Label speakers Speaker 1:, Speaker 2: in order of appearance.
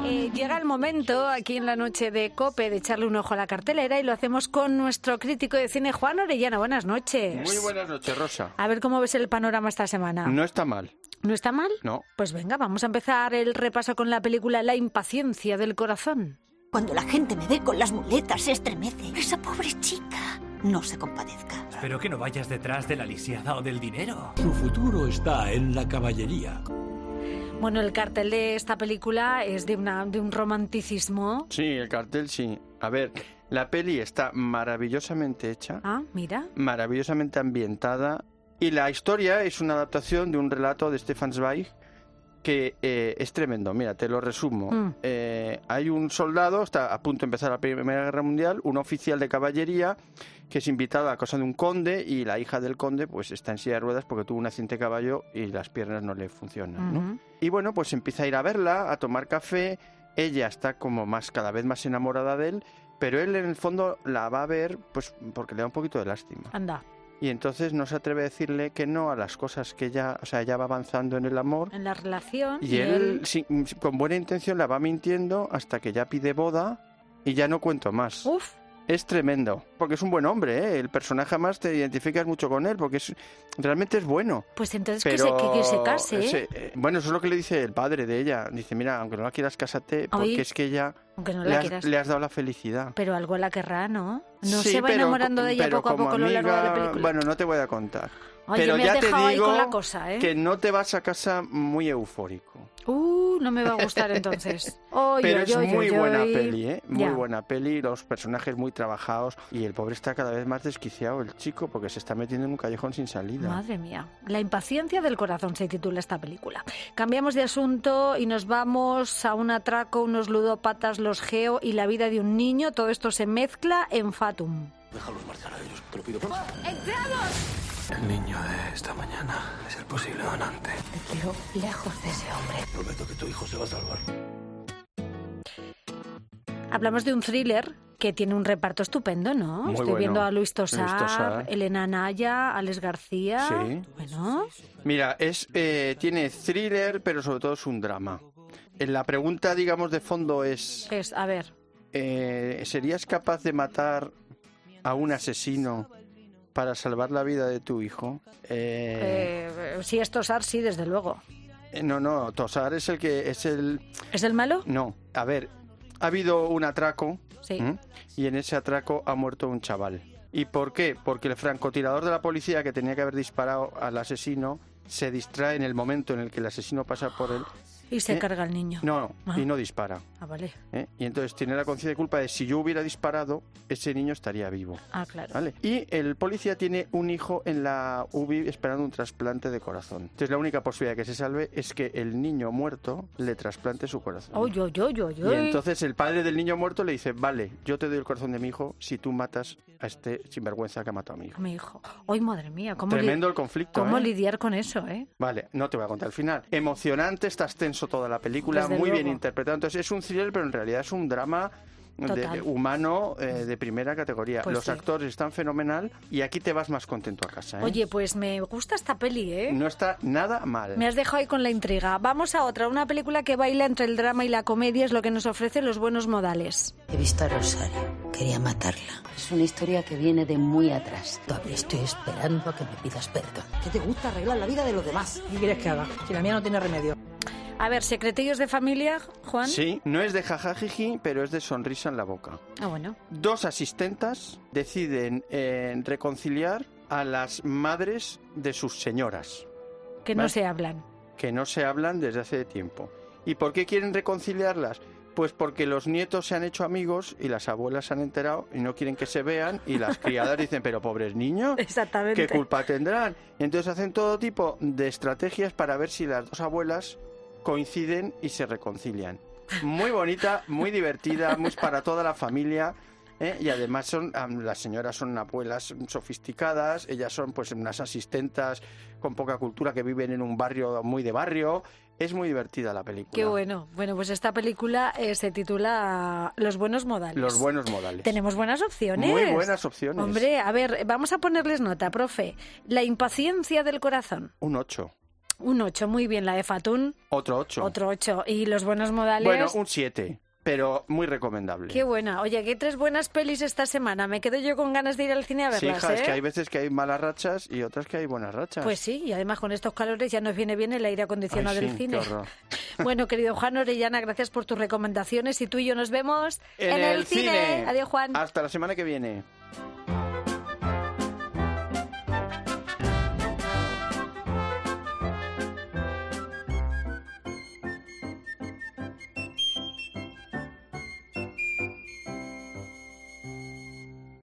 Speaker 1: Y Eh, llega el momento aquí en la noche de COPE de echarle un ojo a la cartelera y lo hacemos con nuestro crítico de cine Juan Orellana. Buenas noches.
Speaker 2: Muy buenas noches, Rosa.
Speaker 1: A ver cómo ves el panorama esta semana.
Speaker 2: No está mal.
Speaker 1: ¿No está mal?
Speaker 2: No.
Speaker 1: Pues venga, vamos a empezar el repaso con la película La impaciencia del corazón.
Speaker 3: Cuando la gente me ve con las muletas se estremece. Esa pobre chica no se compadezca.
Speaker 4: Espero que no vayas detrás de la lisiada o del dinero.
Speaker 5: Su futuro está en la caballería.
Speaker 1: Bueno, el cartel de esta película es de, una, de un romanticismo.
Speaker 2: Sí, el cartel sí. A ver, la peli está maravillosamente hecha,
Speaker 1: Ah, mira.
Speaker 2: maravillosamente ambientada y la historia es una adaptación de un relato de Stefan Zweig que eh, es tremendo. Mira, te lo resumo.
Speaker 1: Mm.
Speaker 2: Eh, hay un soldado, está a punto de empezar la Primera Guerra Mundial, un oficial de caballería que es invitado a casa de un conde y la hija del conde pues está en silla de ruedas porque tuvo un accidente de caballo y las piernas no le funcionan, ¿no?
Speaker 1: Ujú.
Speaker 2: Y bueno, pues empieza a ir a verla, a tomar café. Ella está como más, cada vez más enamorada de él, pero él en el fondo la va a ver, pues porque le da un poquito de lástima.
Speaker 1: Anda,
Speaker 2: Y entonces no se atreve a decirle que no a las cosas que ella, o sea, ella va avanzando en el amor.
Speaker 1: en la relación.
Speaker 2: Y él, sin- con buena intención, la va mintiendo hasta que ya pide boda y ya no cuento más.
Speaker 1: Uf,
Speaker 2: Es tremendo, porque es un buen hombre, ¿eh? el personaje además te identificas mucho con él, porque es, realmente es bueno.
Speaker 1: pues entonces que, se,
Speaker 2: Pero
Speaker 1: que- que se case. ¿eh?
Speaker 2: sí, eh, bueno, eso es lo que le dice el padre de ella. Dice, mira, aunque no la quieras, cásate, porque
Speaker 1: Ay,
Speaker 2: es que ella
Speaker 1: Aunque no
Speaker 2: le,
Speaker 1: la
Speaker 2: has,
Speaker 1: quieras.
Speaker 2: le has dado la felicidad.
Speaker 1: Pero algo la querrá, ¿no? No
Speaker 2: Sí,
Speaker 1: se va
Speaker 2: pero
Speaker 1: enamorando
Speaker 2: co-
Speaker 1: de ella
Speaker 2: pero
Speaker 1: poco a
Speaker 2: como
Speaker 1: poco a lo largo de la
Speaker 2: amiga-
Speaker 1: película.
Speaker 2: Bueno, no te voy a contar.
Speaker 1: Oye,
Speaker 2: pero
Speaker 1: me
Speaker 2: ya
Speaker 1: has
Speaker 2: te
Speaker 1: dejado ahí con
Speaker 2: digo
Speaker 1: la cosa, ¿eh?
Speaker 2: Que no te vas a casa muy eufórico.
Speaker 1: Uh, no me va a gustar entonces. Oy,
Speaker 2: pero
Speaker 1: oy,
Speaker 2: es
Speaker 1: oy,
Speaker 2: muy
Speaker 1: oy,
Speaker 2: buena
Speaker 1: oy.
Speaker 2: peli, ¿eh? Muy
Speaker 1: Ya.
Speaker 2: buena peli, los personajes muy trabajados y el pobre está cada vez más desquiciado, el chico, porque se está metiendo en un callejón sin salida.
Speaker 1: Madre mía, La impaciencia del corazón se titula esta película. Cambiamos de asunto y nos vamos a un atraco, unos ludópatas, los geo y la vida de un niño. Todo esto se mezcla en Fatum.
Speaker 5: Déjalos marchar a ellos, te lo pido.
Speaker 3: ¡Oh,
Speaker 4: El niño de esta mañana es el posible donante.
Speaker 3: Pero lejos de ese hombre.
Speaker 5: Prometo que tu hijo se va a salvar.
Speaker 1: Hablamos de un thriller que tiene un reparto estupendo, ¿no?
Speaker 2: Muy
Speaker 1: Estoy
Speaker 2: bueno.
Speaker 1: viendo a Luis Tosar,
Speaker 2: Luis Tosar.
Speaker 1: Elena Anaya, Alex García.
Speaker 2: Sí.
Speaker 1: Bueno,
Speaker 2: Mira, es eh, tiene thriller, pero sobre todo es un drama. Eh, La pregunta, digamos, de fondo es,
Speaker 1: es, a ver,
Speaker 2: eh, ¿serías capaz de matar a un asesino para salvar la vida de tu hijo? Eh,
Speaker 1: eh, si es Tosar, sí, desde luego.
Speaker 2: eh, No, no, Tosar es el que es el...
Speaker 1: ¿Es el malo?
Speaker 2: No, a ver, ha habido un atraco
Speaker 1: Sí.
Speaker 2: ¿Mm? Y en ese atraco ha muerto un chaval. ¿Y por qué? Porque el francotirador de la policía que tenía que haber disparado al asesino se distrae en el momento en el que el asesino pasa por él.
Speaker 1: Y se
Speaker 2: Eh,
Speaker 1: carga el niño.
Speaker 2: No,
Speaker 1: Ah.
Speaker 2: y no dispara.
Speaker 1: Ah, vale.
Speaker 2: ¿eh? Y entonces tiene la conciencia de culpa de si yo hubiera disparado, ese niño estaría vivo.
Speaker 1: Ah, claro.
Speaker 2: ¿vale? Y el policía tiene un hijo en la UBI esperando un trasplante de corazón. Entonces la única posibilidad que se salve es que el niño muerto le trasplante su corazón.
Speaker 1: Oy, oy, oy, oy,
Speaker 2: Y
Speaker 1: oy.
Speaker 2: entonces el padre del niño muerto le dice, vale, yo te doy el corazón de mi hijo si tú matas a este sinvergüenza que ha matado a mi hijo.
Speaker 1: Mi hijo. Ay, madre mía, cómo, li-
Speaker 2: Tremendo el conflicto.
Speaker 1: cómo
Speaker 2: ¿eh?
Speaker 1: lidiar con eso, ¿eh?
Speaker 2: Vale, no te voy a contar el final. Emocionante, estás tenso toda la película,
Speaker 1: Desde
Speaker 2: muy bien
Speaker 1: luego.
Speaker 2: interpretado. Entonces es un thriller, pero en realidad es un drama eh, de-
Speaker 1: Total.
Speaker 2: humano eh, de primera categoría.
Speaker 1: Pues
Speaker 2: Los
Speaker 1: sí.
Speaker 2: actores están fenomenal y aquí te vas más contento a casa. ¿eh?
Speaker 1: Oye, pues me gusta esta peli, ¿eh?
Speaker 2: no está nada mal.
Speaker 1: Me has dejado ahí con la intriga. Vamos a otra, una película que baila entre el drama y la comedia es lo que nos ofrece los buenos modales.
Speaker 6: He visto a Rosario. Quería matarla. Es una historia que viene de muy atrás. Todavía estoy esperando a que me pidas perdón. ¿Qué te gusta arreglar la vida de los demás?
Speaker 7: ¿Qué quieres que haga? Si la mía no tiene remedio.
Speaker 1: A ver, secretillos de familia, Juan.
Speaker 2: Sí, no es de jajajiji, pero es de sonrisa en la boca.
Speaker 1: Ah, bueno.
Speaker 2: dos asistentas deciden eh, reconciliar a las madres de sus señoras,
Speaker 1: Que no
Speaker 2: Vale.
Speaker 1: se hablan.
Speaker 2: que no se hablan desde hace tiempo. ¿Y por qué quieren reconciliarlas? Pues porque los nietos se han hecho amigos y las abuelas se han enterado y no quieren que se vean y las criadas dicen, pero pobres niños,
Speaker 1: Exactamente.
Speaker 2: ¿qué culpa tendrán? Y entonces hacen todo tipo de estrategias para ver si las dos abuelas coinciden y se reconcilian. Muy bonita, muy divertida, muy para toda la familia. ¿eh? Y además son am, las señoras son abuelas sofisticadas, ellas son pues unas asistentas con poca cultura que viven en un barrio muy de barrio. Es muy divertida la película.
Speaker 1: Qué bueno. Bueno, pues esta película eh, se titula Los buenos modales.
Speaker 2: Los buenos modales.
Speaker 1: Tenemos buenas opciones.
Speaker 2: Muy buenas opciones.
Speaker 1: Hombre, a ver, vamos a ponerles nota, profe. La impaciencia del corazón.
Speaker 2: Un 8.
Speaker 1: Un 8, muy bien la de Fatun.
Speaker 2: Otro 8.
Speaker 1: Otro 8. Y los buenos modales.
Speaker 2: Bueno, un 7, pero muy recomendable.
Speaker 1: Qué buena. Oye, qué tres buenas pelis esta semana. Me quedo yo con ganas de ir al cine a
Speaker 2: Sí,
Speaker 1: verlas,
Speaker 2: hija, es
Speaker 1: ¿eh?
Speaker 2: que hay veces que hay malas rachas y otras que hay buenas rachas.
Speaker 1: Pues sí, y además con estos calores ya nos viene bien el aire
Speaker 2: Ay,
Speaker 1: acondicionado
Speaker 2: sí,
Speaker 1: del
Speaker 2: qué
Speaker 1: cine.
Speaker 2: horror.
Speaker 1: Bueno, querido Juan Orellana, gracias por tus recomendaciones y tú y yo nos vemos
Speaker 2: En,
Speaker 1: el, cine. Adiós, Juan.
Speaker 2: Hasta la semana que viene.